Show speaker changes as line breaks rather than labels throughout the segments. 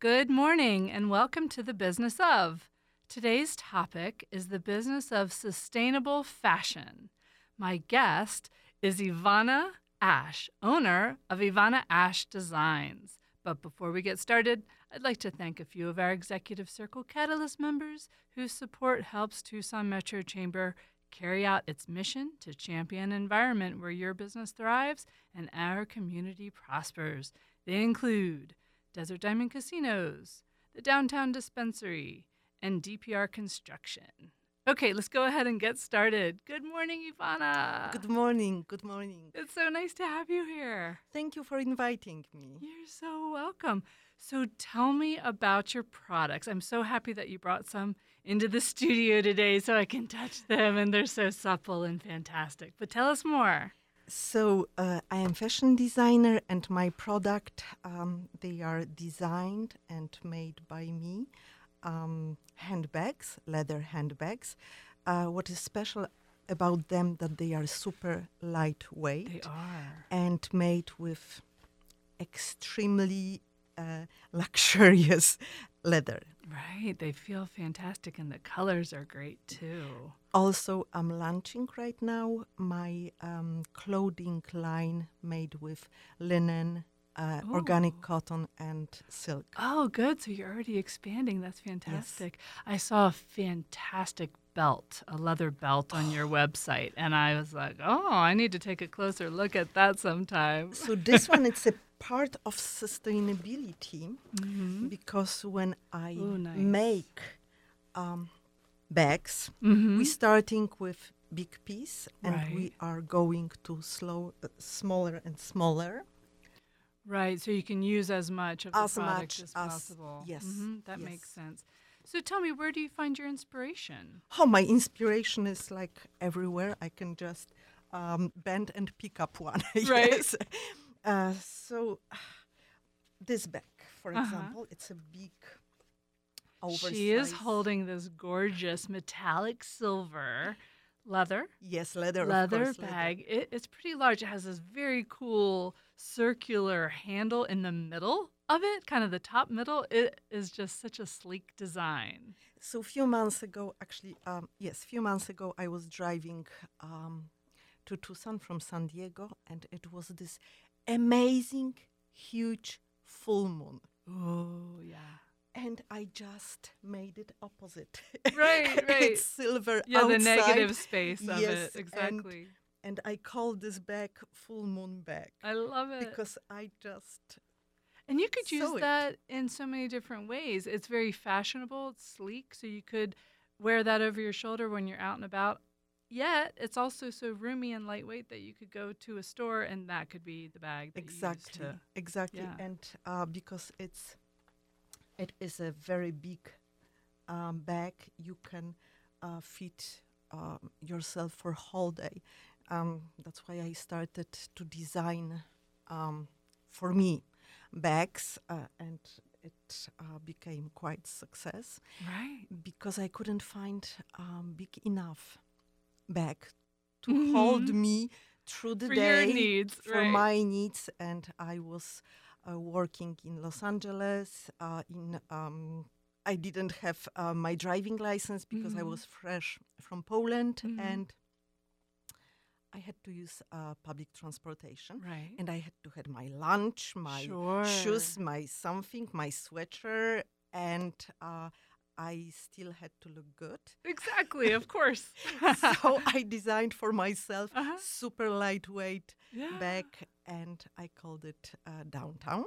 Good morning and welcome to the business of. Today's topic is the business of sustainable fashion. My guest is Ivana Ash, owner of Ivana Ash Designs. But before we get started, I'd like to thank a few of our Executive Circle Catalyst members whose support helps Tucson Metro Chamber carry out its mission to champion an environment where your business thrives and our community prospers. They include Desert Diamond Casinos, the Downtown Dispensary, and DPR Construction. Okay, let's go ahead and get started. Good morning, Ivana.
Good morning. Good morning.
It's so nice to have you here.
Thank you for inviting me.
You're so welcome. So tell me about your products. I'm so happy that you brought some into the studio today so I can touch them and they're so supple and fantastic. But tell us more.
So uh, I am fashion designer, and my product um, they are designed and made by me. Um, handbags, leather handbags. Uh, what is special about them that they are super lightweight.
are.
and made with extremely uh, luxurious leather.
Right. They feel fantastic and the colors are great too.
Also, I'm launching right now my um, clothing line made with linen, uh, organic cotton, and silk.
Oh, good. So you're already expanding. That's fantastic. I saw a fantastic belt, a leather belt on your website, and I was like, oh, I need to take a closer look at that sometime.
So this one, it's a part of sustainability because when I
Ooh, nice.
make um, bags, we're starting with big piece and we are going to slow, uh, smaller and smaller.
Right. So you can use as much of the
As
product
much
as
as-
possible.
yes,
Mhm, That
yes.
makes sense. So tell me, where do you find your inspiration?
Oh, my inspiration is like everywhere. I can just um, bend and pick up one.
Right.
yes. Uh, so, this bag, for example, it's a big oversized.
Uh-huh. She is holding this gorgeous metallic silver leather
Yes, leather.
leather
of course, leather.
bag. It, it's pretty large. It has this very cool circular handle in the middle of it, kind of the top middle. It is just such a sleek design.
So few months ago, actually, um, yes, few months ago, I was driving um, to Tucson from San Diego, and it was this amazing, huge full moon.
Oh yeah.
and I just made it opposite.
Right, right.
it's silver
Yeah,
outside.
the negative space of
Yes,
it.
and-
Exactly.
And I call this bag full moon bag
I love it.
because I just
and you could use
sew it.
that in so many different ways. It's very fashionable, it's sleek, so you could wear that over your shoulder when you're out and about. Yet, it's also so roomy and lightweight that you could go to a store and that could be the bag that
exactly,
you use to
exactly,
yeah.
and uh, because it's it is a very big um, bag, you can uh, fit um, yourself for whole day. Um, that's why I started to design um, for me bags, uh, and it uh, became quite success
Right.
because I couldn't find um, big enough bag to hold me through the
Mm-hmm. For your
day
needs,
for
right.
my needs, and I was uh, working in Los Angeles. Uh, in um, I didn't have uh, my driving license because
Mm-hmm.
I was fresh from Poland, and I had to use uh, public transportation.
Right.
And I had to had my lunch, my shoes, my something, my sweater, and uh, I still had to look good.
Exactly, of course.
so I designed for myself
Uh-huh.
super lightweight
Yeah.
bag, and I called it uh, downtown.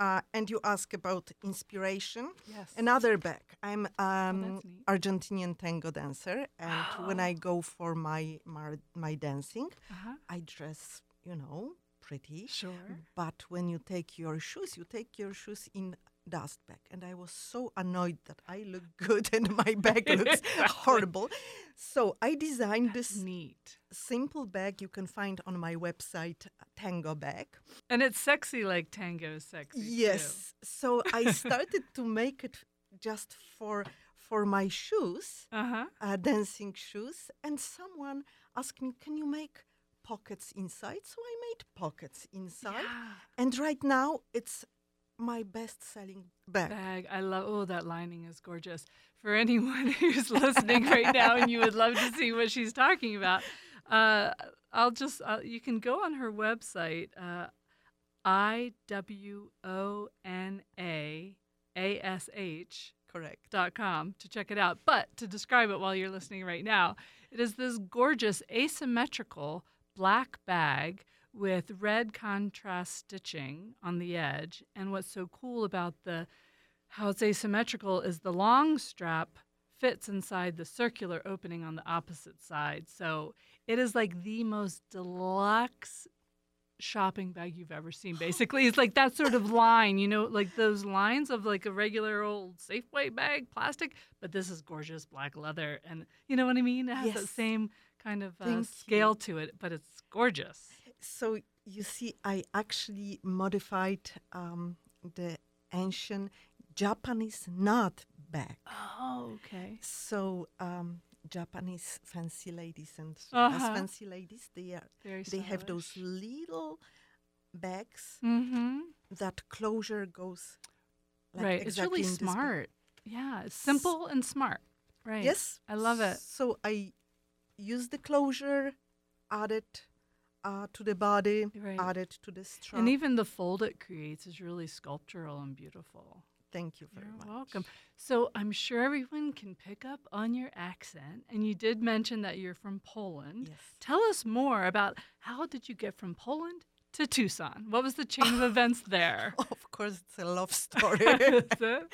Uh, and you ask about inspiration.
Yes.
Another bag. I'm um,
Oh, that's neat.
Argentinian tango dancer, and when I go for my my, my dancing,
Uh-huh.
I dress, you know, pretty.
Sure.
But when you take your shoes, you take your shoes in dust bag. And I was so annoyed that I look good and my bag looks horrible. So I designed this
Neat.
simple bag you can find on my website, Tango Bag.
And it's sexy like tango is sexy. too.
Yes. So I started to make it just for for my shoes,
Uh-huh.
uh, dancing shoes. And someone asked me, "Can you make pockets inside?" So I made pockets inside.
Yeah.
And right now it's my best-selling bag.
bag. I love. Oh, that lining is gorgeous. For anyone who's listening right now and you would love to see what she's talking about, uh, I'll just uh, you can go on her website, uh, i w o n a a s h
Correct.
dot com to check it out. But to describe it while you're listening right now, it is this gorgeous asymmetrical black bag with red contrast stitching on the edge. And what's so cool about the how it's asymmetrical is the long strap fits inside the circular opening on the opposite side. So it is like the most deluxe shopping bag you've ever seen basically it's like that sort of line you know like those lines of like a regular old safeway bag plastic but this is gorgeous black leather and you know what i mean it has that
Yes.
same kind of uh,
Thank
scale
you.
to it but it's gorgeous
So you see, I actually modified um, the ancient Japanese knot bag.
oh okay
So um, Japanese fancy ladies and
Uh-huh.
us fancy ladies, they are
very
they have those little bags
mm-hmm.
that closure goes like
right
exactly in
it's
this
really
bag.
smart yeah it's simple and smart right
Yes,
I love it.
So I used the closure, added uh, to the body,
Right.
added to the strap.
and even the fold it creates is really sculptural and beautiful
Thank you very
You're
much.
welcome. So I'm sure everyone can pick up on your accent, and you did mention that you're from Poland.
Yes.
Tell us more about how did you get from Poland to Tucson? What was the chain of events there?
Of course, it's a love story.
That's it?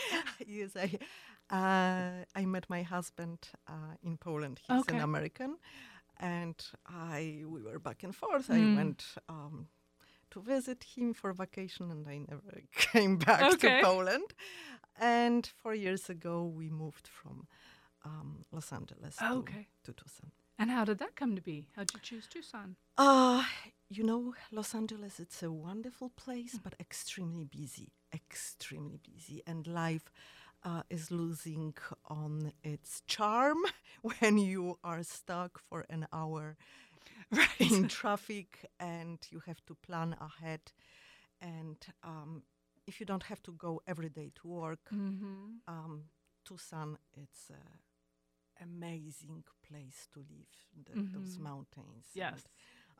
yes, I, uh, I met my husband uh, in Poland. He's
Okay.
an American, and I we were back and forth.
Mm.
I went um, to visit him for vacation, and I never came back
Okay.
to Poland. And four years ago, we moved from um, Los Angeles to-
Okay.
to Tucson.
And how did that come to be? How did you choose Tucson?
Uh, you know, Los Angeles, it's a wonderful place, but extremely busy, extremely busy. And life uh, is losing on its charm when you are stuck for an hour in traffic and you have to plan ahead. And um, if you don't have to go every day to work,
Mm-hmm.
um, Tucson, it's an amazing place to live, the, those
Mhm.
mountains. and
Yes.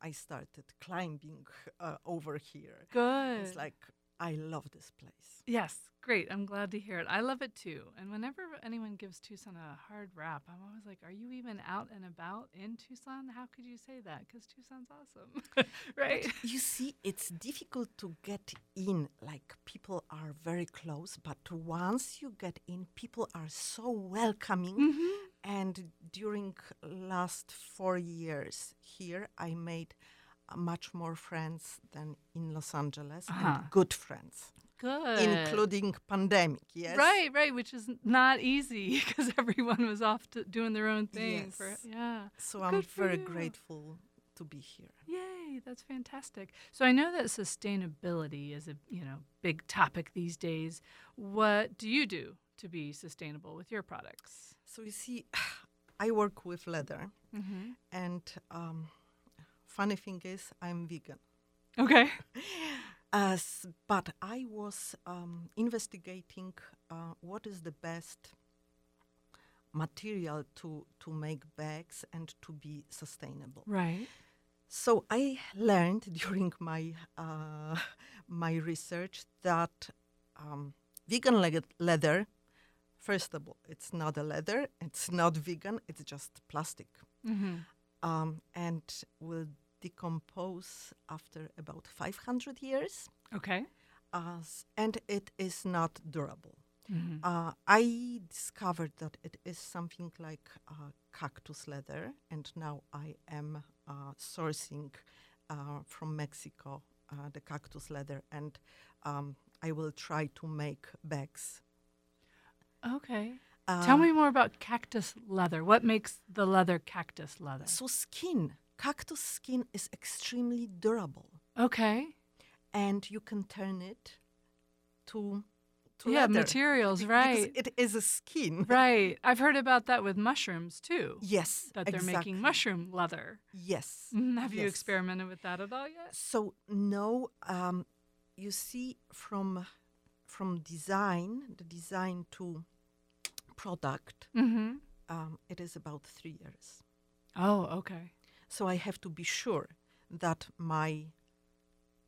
I started climbing uh, over here.
Good.
It's like I love this place.
Yes, great. I'm glad to hear it. I love it too. And whenever anyone gives Tucson a hard rap, I'm always like, are you even out and about in Tucson? How could you say that? Because Tucson's awesome, right?
You see, it's difficult to get in. Like people are very close, but once you get in, people are so welcoming.
Mm-hmm.
And during last four years here, I made uh, much more friends than in Los Angeles,
Uh-huh.
and good friends,
Good.
including pandemic. Yes,
Right, right, which is n- not easy because everyone was off to doing their own thing. For,
Yes.
yeah.
So
Well,
I'm
good for
very
you.
grateful to be here.
Yay, that's fantastic. So I know that sustainability is a, you know, big topic these days. What do you do to be sustainable with your products?
So you see, I work with leather,
Mm-hmm.
and um, funny thing is, I'm vegan.
Okay.
As, but I was um, investigating uh, what is the best material to to make bags and to be sustainable.
Right.
So I learned during my uh, my research that um, vegan leg- leather, first of all, it's not a leather, it's not vegan, it's just plastic,
Mm-hmm.
um, and will decompose after about 500 years,
Okay.
uh, s- and it is not durable.
Mm-hmm.
Uh, I discovered that it is something like uh, cactus leather, and now I am uh, sourcing uh, from Mexico uh, the cactus leather, and um, I will try to make bags.
Okay. Tell
Uh,
me more about cactus leather. What makes the leather cactus leather?
So, skin, cactus skin is extremely durable,
Okay.
and you can turn it to, to
yeah,
leather
materials,
be-
right.
Because it is a skin.
right. I've heard about that with mushrooms too.
Yes,
That they're
exactly.
making mushroom leather.
Yes.
Mm, Have you
yes.
experimented with that at all yet?
So no, um, you see, from from design, the design to product,
Mm-hmm.
um, it is about three years.
Oh, okay.
So I have to be sure that my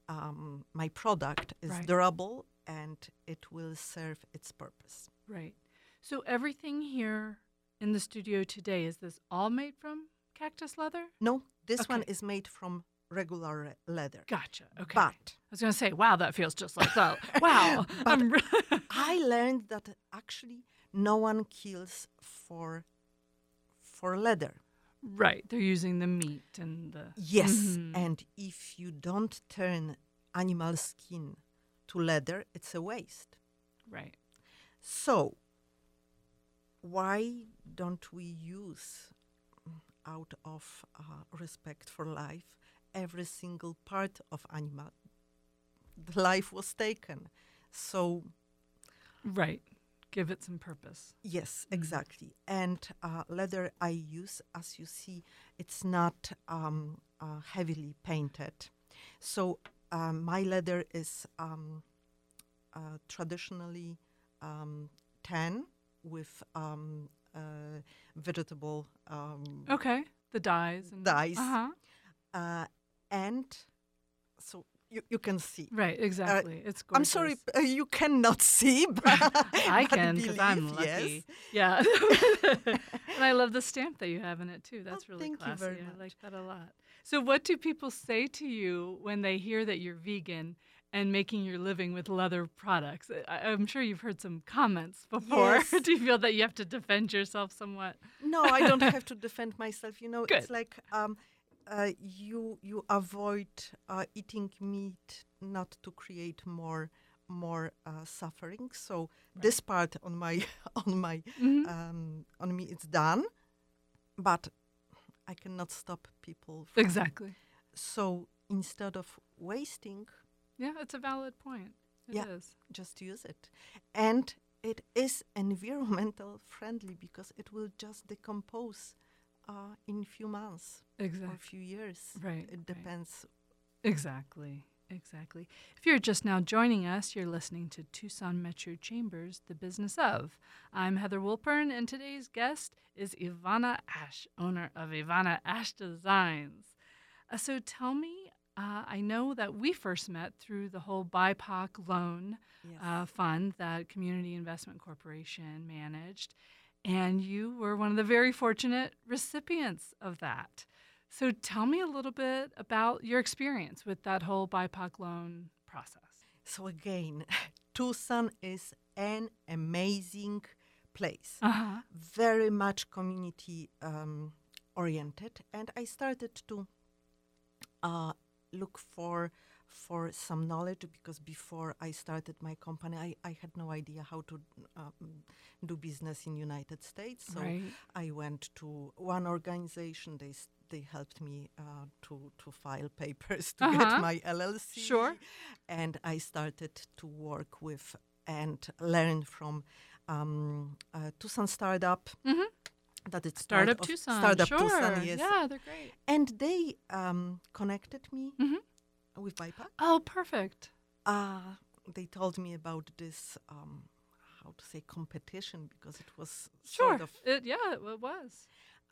um, my product is
Right.
durable and it will serve its purpose.
Right. So everything here in the studio today is this all made from cactus leather?
No, this one
Okay.
is made from regular re- leather.
Gotcha. Okay.
But
I was going to say, wow, that feels just like that. Wow.
But-
I'm re-
I learned that actually no one kills for for leather.
right. They're using the meat and the.
Yes,
Mhm.
and if you don't turn animal skin to leather, it's a waste.
Right.
So, why don't we use, mm, out of uh, respect for life, every single part of animal? The life was taken. So,
Right. Give it some purpose.
yes, exactly. And uh, leather I use, as you see, it's not um, uh, heavily painted. So, uh, my leather is um, uh, traditionally um, tan with um, uh, vegetable um,
Okay. The dyes. And,
Dyes.
Uh-huh.
uh, and so you, you can see.
Right. Exactly. it's Mm, gorgeous.
I'm sorry, p- uh, you cannot see, but
I
but
can because I'm
believe, yes.
lucky. Yeah. and I love the stamp that you have in it too. That's really
Oh, thank you
classy.
very
I like that a lot. So, what do people say to you when they hear that you're vegan and making your living with leather products? I, I'm sure you've heard some comments before.
Yes.
do you feel that you have to defend yourself somewhat?
No, I don't have to defend myself. You know, it's
Good.
like um, uh, you you avoid uh, eating meat not to create more more uh, suffering. So this part on my on my
Mhm.
um, on me it's done, but I cannot stop people. From.
Exactly.
So instead of wasting,
Yeah, it's a valid point. It is.
Yeah. just use it, and it is environmental friendly because it will just decompose uh, in few months or
Exactly.
few years.
Right.
It
right.
depends.
Exactly. Exactly. If you're just now joining us, you're listening to Tucson Metro Chambers, The Business of. I'm Heather Wolpern, and today's guest is Ivana Ash, owner of Ivana Ash Designs. Uh, so tell me, uh, I know that we first met through the whole BIPOC loan
Yes.
uh, fund that Community Investment Corporation managed, and you were one of the very fortunate recipients of that. So tell me a little bit about your experience with that whole BIPOC loan process.
so again, Tucson is an amazing place.
Uh huh.
very much community um, oriented, and I started to uh, look for for some knowledge because before I started my company, I, I had no idea how to um, do business in United States. So
right.
I went to one organization. They s- they helped me uh, to to file papers to
Uh-huh.
get my LLC.
Sure.
And I started to work with and learn from um, uh, Tucson startup.
Mhm.
That it's part
Startup
of
Tucson.
Startup
sure.
Tucson, yes.
Yeah, they're great.
And they um, connected me
Mhm.
with BIPAC.
Oh, perfect.
Uh, they told me about this, um, how to say, competition because it was
Sure.
sort of
It, yeah, it wa- was.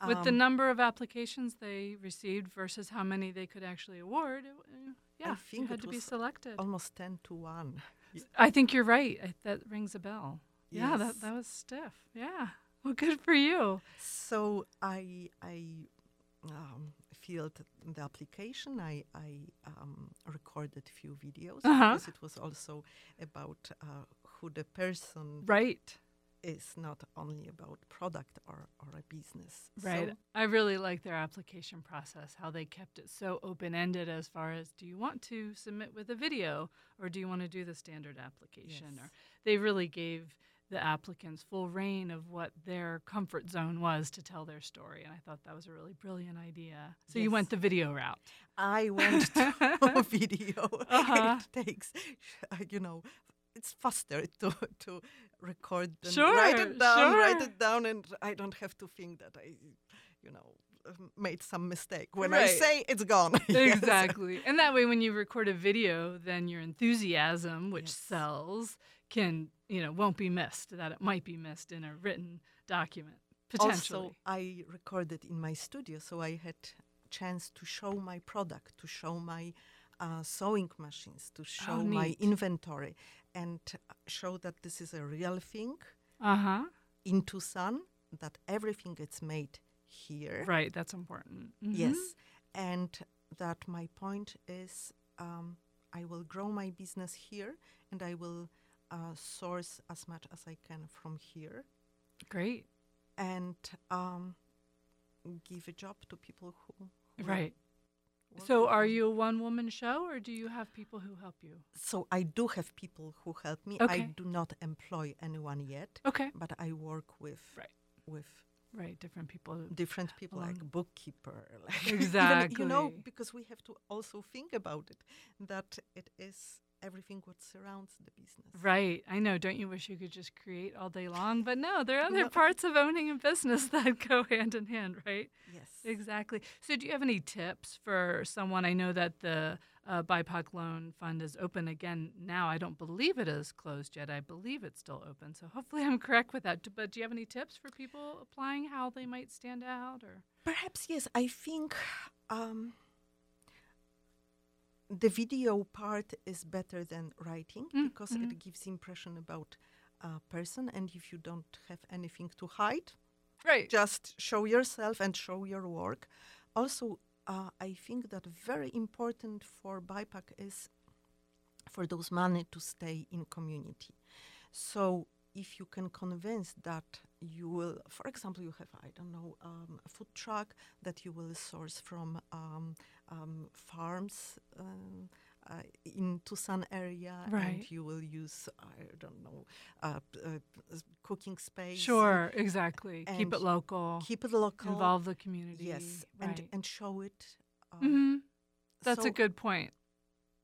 With the
um,
number of applications they received versus how many they could actually award, it, w- yeah, you
think
had
it
to be
was
selected.
almost ten to one.
I think you're right. I, that rings a bell. Yeah,
Yes.
that, that was stiff. Yeah. Well, good for you.
So I I um, filled the application. I I um, recorded few videos
Uh-huh.
because it was also about uh, who the person
Right.
is, not only about product or or a business.
Right.
So,
I really like their application process, how they kept it so open ended as far as do you want to submit with a video or do you want to do the standard application? Or
Yes.
they really gave the applicants full reign of what their comfort zone was to tell their story. And I thought that was a really brilliant idea. So you
Yes.
went the video route.
I went to video.
Uh-huh.
It takes, uh, you know. It's faster to, to record than write
Sure,
it down, write
sure.
it down, and I don't have to think that I, you know, uh, made some mistake. When I
Right.
say it's gone. Yes.
Exactly. And that way when you record a video, then your enthusiasm, which
Yes.
sells, can, you know, won't be missed, that it might be missed in a written document potentially.
Also, I recorded in my studio, so I had chance to show my product, to show my uh, sewing machines, to show my
Oh, neat.
inventory, and show that this is a real thing
uh-huh.
in Tucson. That everything is made here.
Right, that's important. Mhm.
Yes, and that my point is, um, I will grow my business here, and I will uh, source as much as I can from here
Great.
and um, give a job to people who will
Right.
work
So
with
are
me.
you a one-woman show or do you have people who help you?
So I do have people who help me. I
Okay.
do not employ anyone yet,
Okay.
but I work with
Right.
with
Right, different people.
different people, like
Along-
bookkeeper, like even, you know,
Exactly.
because we have to also think about it that it is everything what surrounds the business.
Right. I know. Don't you wish you could just create all day long? But no, there are other
No.
parts of owning a business that go hand in hand, right?
Yes.
Exactly. So, do you have any tips for someone? I know that the uh, BIPOC Loan Fund is open again now. I don't believe it is closed yet. I believe it's still open. So, hopefully, I'm correct with that. D- But do you have any tips for people applying how they might stand out? Or
Perhaps yes. I think um, the video part is better than writing
Mm,
because it gives impression about a person, and if you don't have anything to hide,
right,
just show yourself and show your work. Also, uh, I think that very important for BIPAC is for those money to stay in community. So if you can convince that you will, for example, you have I don't know um, a food truck that you will source from um, um, farms um, uh, in Tucson area,
Right.
and you will use I don't know uh, p- uh, p- s- cooking space.
sure, exactly. Keep it
and
local.
Keep it local.
involve the community.
Yes,
right.
and and show it. Um,
Mhm. That's
so-
a good point.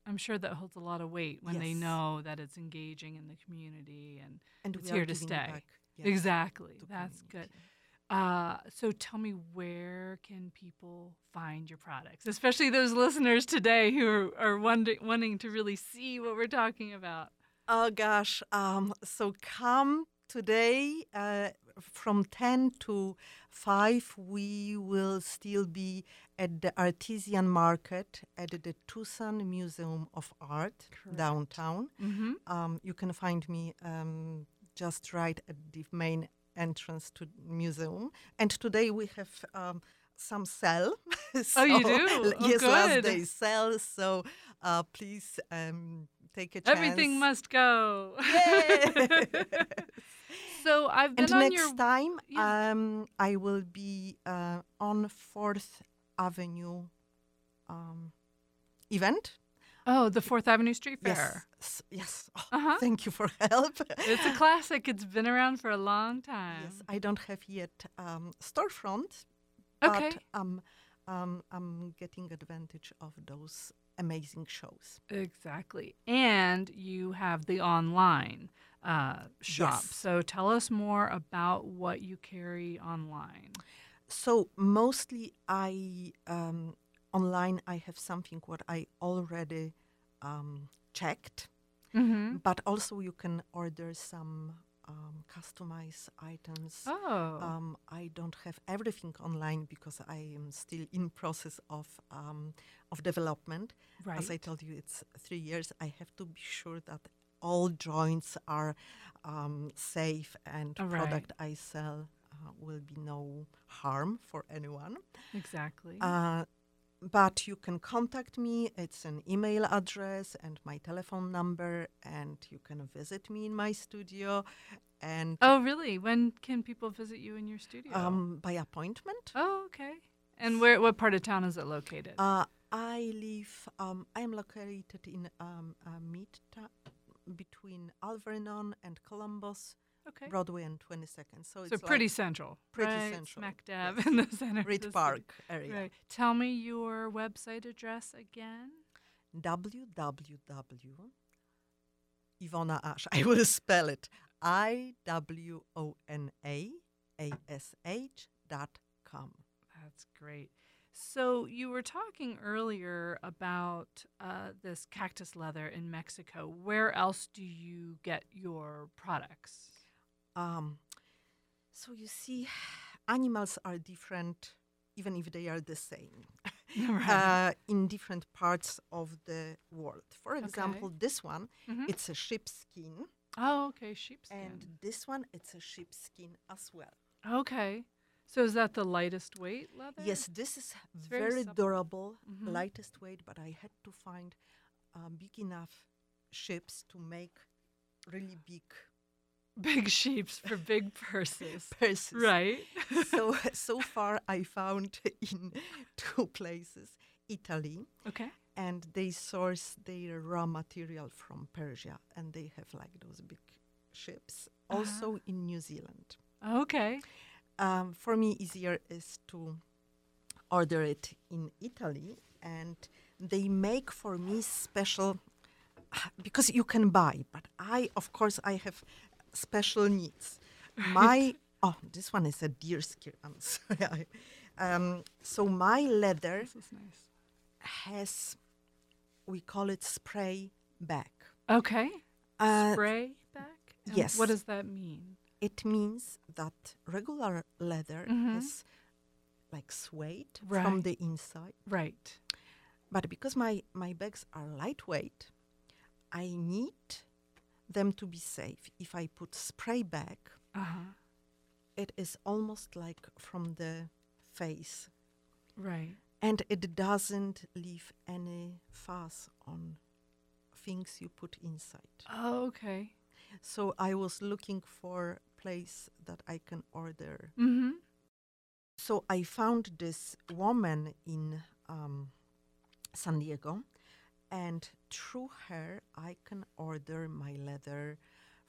I'm sure that holds a lot of weight when they
Yes.
know that it's engaging in the community and
And
it's
we are
here to
giving
stay.
back, yes,
exactly.
to
That's good.
community.
Uh, so tell me, where can people find your products, especially those listeners today who are, are wonder, wanting to really see what we're talking about?
Oh gosh. Um, so come today uh, from 10 to 5. We will still be at the Artisan Market at the Tucson Museum of Art
Correct.
downtown.
Mm-hmm.
Um, you can find me um, just right at the main entrance to the museum. And today we have um, some sale.
Oh, you
So,
do?
l-
Oh,
yes, last
good.
day sale. So uh, please um, take a chance.
Everything must go.
Yay!
so I've been
and
on
next
your
time,
yeah.
um, I will be uh, on Fourth Avenue um, event.
oh the Fourth Avenue Street Fair.
Yes, s- yes. Oh,
Uh-huh.
Thank you for help.
It's a classic. It's been around for a long time.
Yes, I don't have yet um, storefront,
Okay.
but um, um, I'm getting advantage of those amazing shows.
Exactly. And you have the online uh, shop.
Yes.
So tell us more about what you carry online.
So mostly I um, online I have something what I already um, checked,
Mm-hmm.
but also you can order some um, customized items.
Oh.
Um, I don't have everything online because I am still in process of um, of development. As I
Right.
told you, it's three years. I have to be sure that all joints are um, safe and
All right.
product I sell uh, will be no harm for anyone.
exactly.
Uh, but you can contact me. It's an email address and my telephone number, and you can visit me in my studio, and
oh, really? When can people visit you in your studio?
um, by appointment.
oh, okay. And where? What part of town is it located?
Uh, I live. Um, I am located in um, a midtown between Alvernon and Columbus,
okay.
Broadway and 22nd. So
So
it's
pretty
like
central.
pretty
right?
central,
Smack dab
yes.
in the center. of the
Reed
city.
Park area.
Right. Tell me your website address again.
www. Ivona Ash. I will spell it. I W O N A A S H dot com.
That's That's great. So you were talking earlier about uh, this cactus leather in Mexico. Where else do you get your products?
Um, so you see, animals are different, even if they are the same, uh, in different parts of the world. For example, this one,
Mhm.
it's a sheep skin,
oh, okay, sheepskin.
and this one, it's a sheep skin as well.
okay, so is that the lightest weight leather?
Yes, this is
It's very
very,
supple.
durable,
Mhm.
lightest weight, but I had to find uh, big enough ships to make really big
big sheeps for big purses,
purses.
right?
so so far I found in two places, Italy,
okay.
and they source their raw material from Persia, and they have like those big ships.
Uh-huh.
Also in New Zealand.
Okay.
um, for me easier is to order it in Italy and they make for me special because you can buy but I of course I have special needs my oh this one is a deer skin I'm sorry I, um, so my leather
This is nice.
has we call it spray back
Okay.
Uh,
Spray back. And
yes.
What does that mean?
it means that regular leather
Mhm.
has like suede from
Right.
the inside
Right.
but because my my bags are lightweight i need them to be safe if i put spray bag
Uh huh.
it is almost like from the face
Right.
and it doesn't leave any fuss on things you put inside
Oh, okay.
so i was looking for place that i can order
Mm-hmm.
so I found this woman in um, San Diego, and through her, I can order my leather,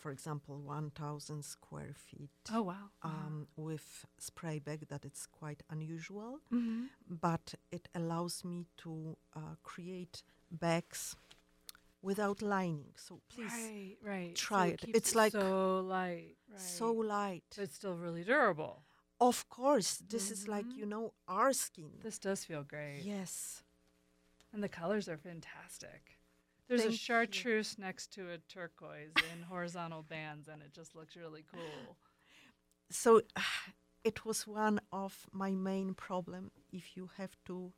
for example, 1,000 square feet
Oh wow.
um, with spray bag, that it's quite unusual,
hmm
but it allows me to uh, create bags without lining. So please,
right, right. So
try it.
keeps
It's like-
so light, right?
so light.
but it's still really durable.
Of course, this is like,
Mhm.
you know, our skin.
This does feel great,
Yes.
and the colors are fantastic. There's
Thank
a
you.
chartreuse next to a turquoise in horizontal bands, and it just looks really cool.
so it was one of my main problem if you have to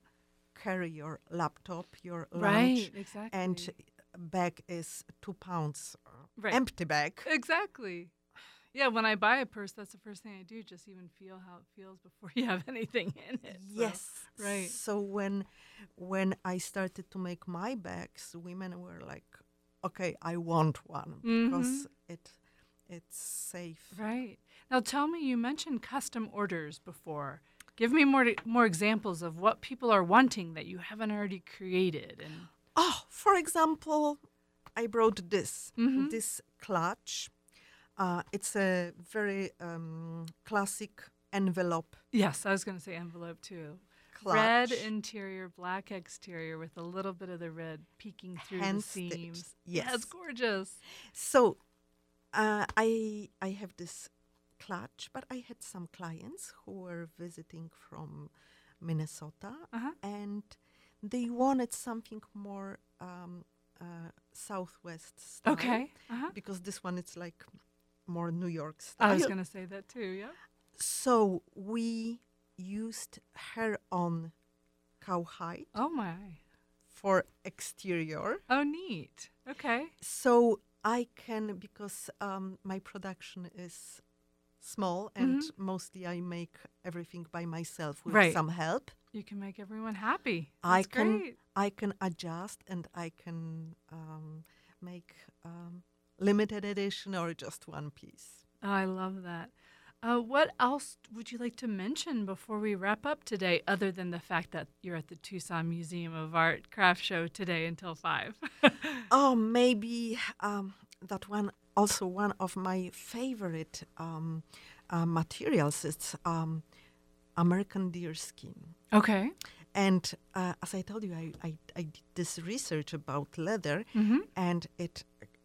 carry your laptop your lunch
exactly.
and bag is two pounds uh,
Right.
empty bag
exactly. Yeah, when I buy a purse, that's the first thing I do. Just even feel how it feels before you have anything in it. so-
yes
right.
so when when i started to make my bags women were like okay i want one because
Mm-hmm.
it it's safe
Right. Now tell me, you mentioned custom orders before. Give me more more examples of what people are wanting that you haven't already created. And
Oh, for example, I brought this
Mhm.
this clutch. Uh, it's a very um, classic envelope
yes, I was going to say envelope too.
clutch.
Red interior, black exterior, with a little bit of the red peeking through
Hand
the
stitched,
seams. Yeah, it's
yes.
gorgeous.
so uh, I I have this clutch, but I had some clients who were visiting from Minnesota,
Uh-huh.
and they wanted something more um, uh, Southwest style.
Okay. Uh-huh.
Because this one it's like more New York style.
I was going to say that too. Yeah.
So we used her on cowhide
Oh my.
for exterior.
Oh neat. Okay.
So I can because um, my production is small
Mm-hmm.
and mostly I make everything by myself with
Right.
some help.
You can make everyone happy.
I
That's
can
great.
I can adjust and I can um, make um, limited edition or just one piece.
Oh, I love that. Uh, what else would you like to mention before we wrap up today, other than the fact that you're at the Tucson Museum of Art craft show today until five?
Oh, maybe um, that one. Also, one of my favorite um, uh, materials is um, American deer skin.
okay.
And uh, as I told you, I, I, I did this research about leather,
Mm-hmm.
and it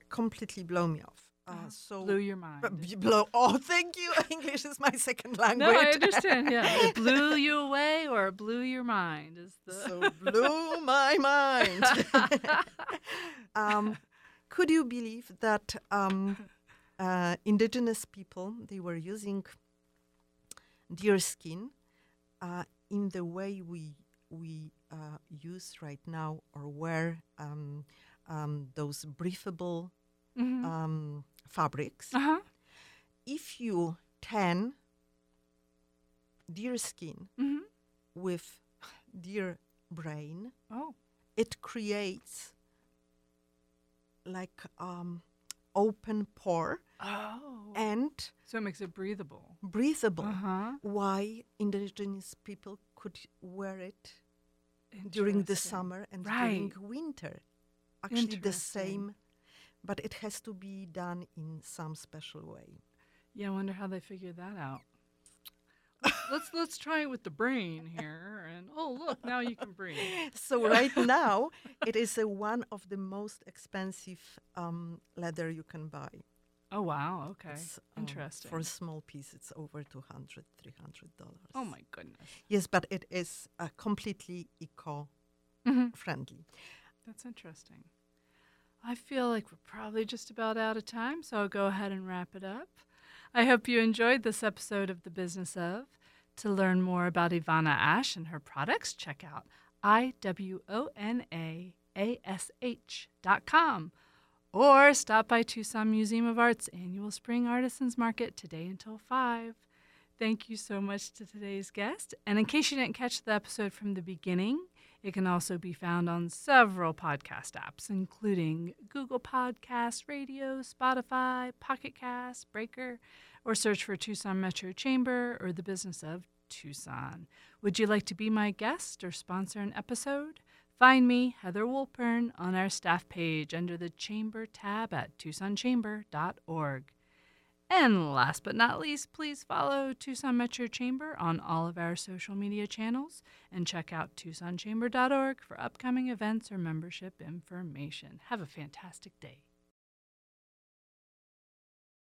completely blew me off. Uh, So
Blew your mind.
b- b- blow. Oh, thank you. English is my second language.
No, I understand. Yeah, it blew you away or it blew your mind is the.
so blew my mind. um, could you believe that um, uh, indigenous people they were using deer skin uh, in the way we we uh, use right now or wear um, um, those breathable
mm-hmm.
um, fabrics?
uh huh.
If you tan deer skin
hmm
with deer brain,
Oh.
it creates like um, open pore
Oh.
and
so it makes it breathable.
breathable.
Uh huh.
Why indigenous people could wear it during the summer and during
Right.
winter? Actually, the
Interesting.
same, but it has to be done in some special way.
Yeah, I wonder how they figured that out. Let's- let's let's try it with the brain here, and oh look, now you can breathe.
So right now, it is uh, one of the most expensive um, leather you can buy.
Oh wow, okay,
It's, um,
interesting.
For a small piece, it's over 200 dollars.
oh my goodness,
Yes, but it is uh, completely eco-friendly.
Mhm. that's interesting. I feel like we're probably just about out of time, so I'll go ahead and wrap it up. I hope you enjoyed this episode of The Business of. To learn more about Ivana Ash and her products, check out iwonaash.com or stop by Tucson Museum of Art's annual Spring Artisans Market today until 5. Thank you so much to today's guest. And in case you didn't catch the episode from the beginning, it can also be found on several podcast apps, including Google Podcasts, Radio, Spotify, Pocket Cast, Breaker, or search for Tucson Metro Chamber or the business of Tucson. Would you like to be my guest or sponsor an episode? Find me, Heather Wolpern, on our staff page under the Chamber tab at tucsonchamber.org. And last but not least, please follow Tucson Metro Chamber on all of our social media channels and check out tucsonchamber.org for upcoming events or membership information. Have a fantastic day.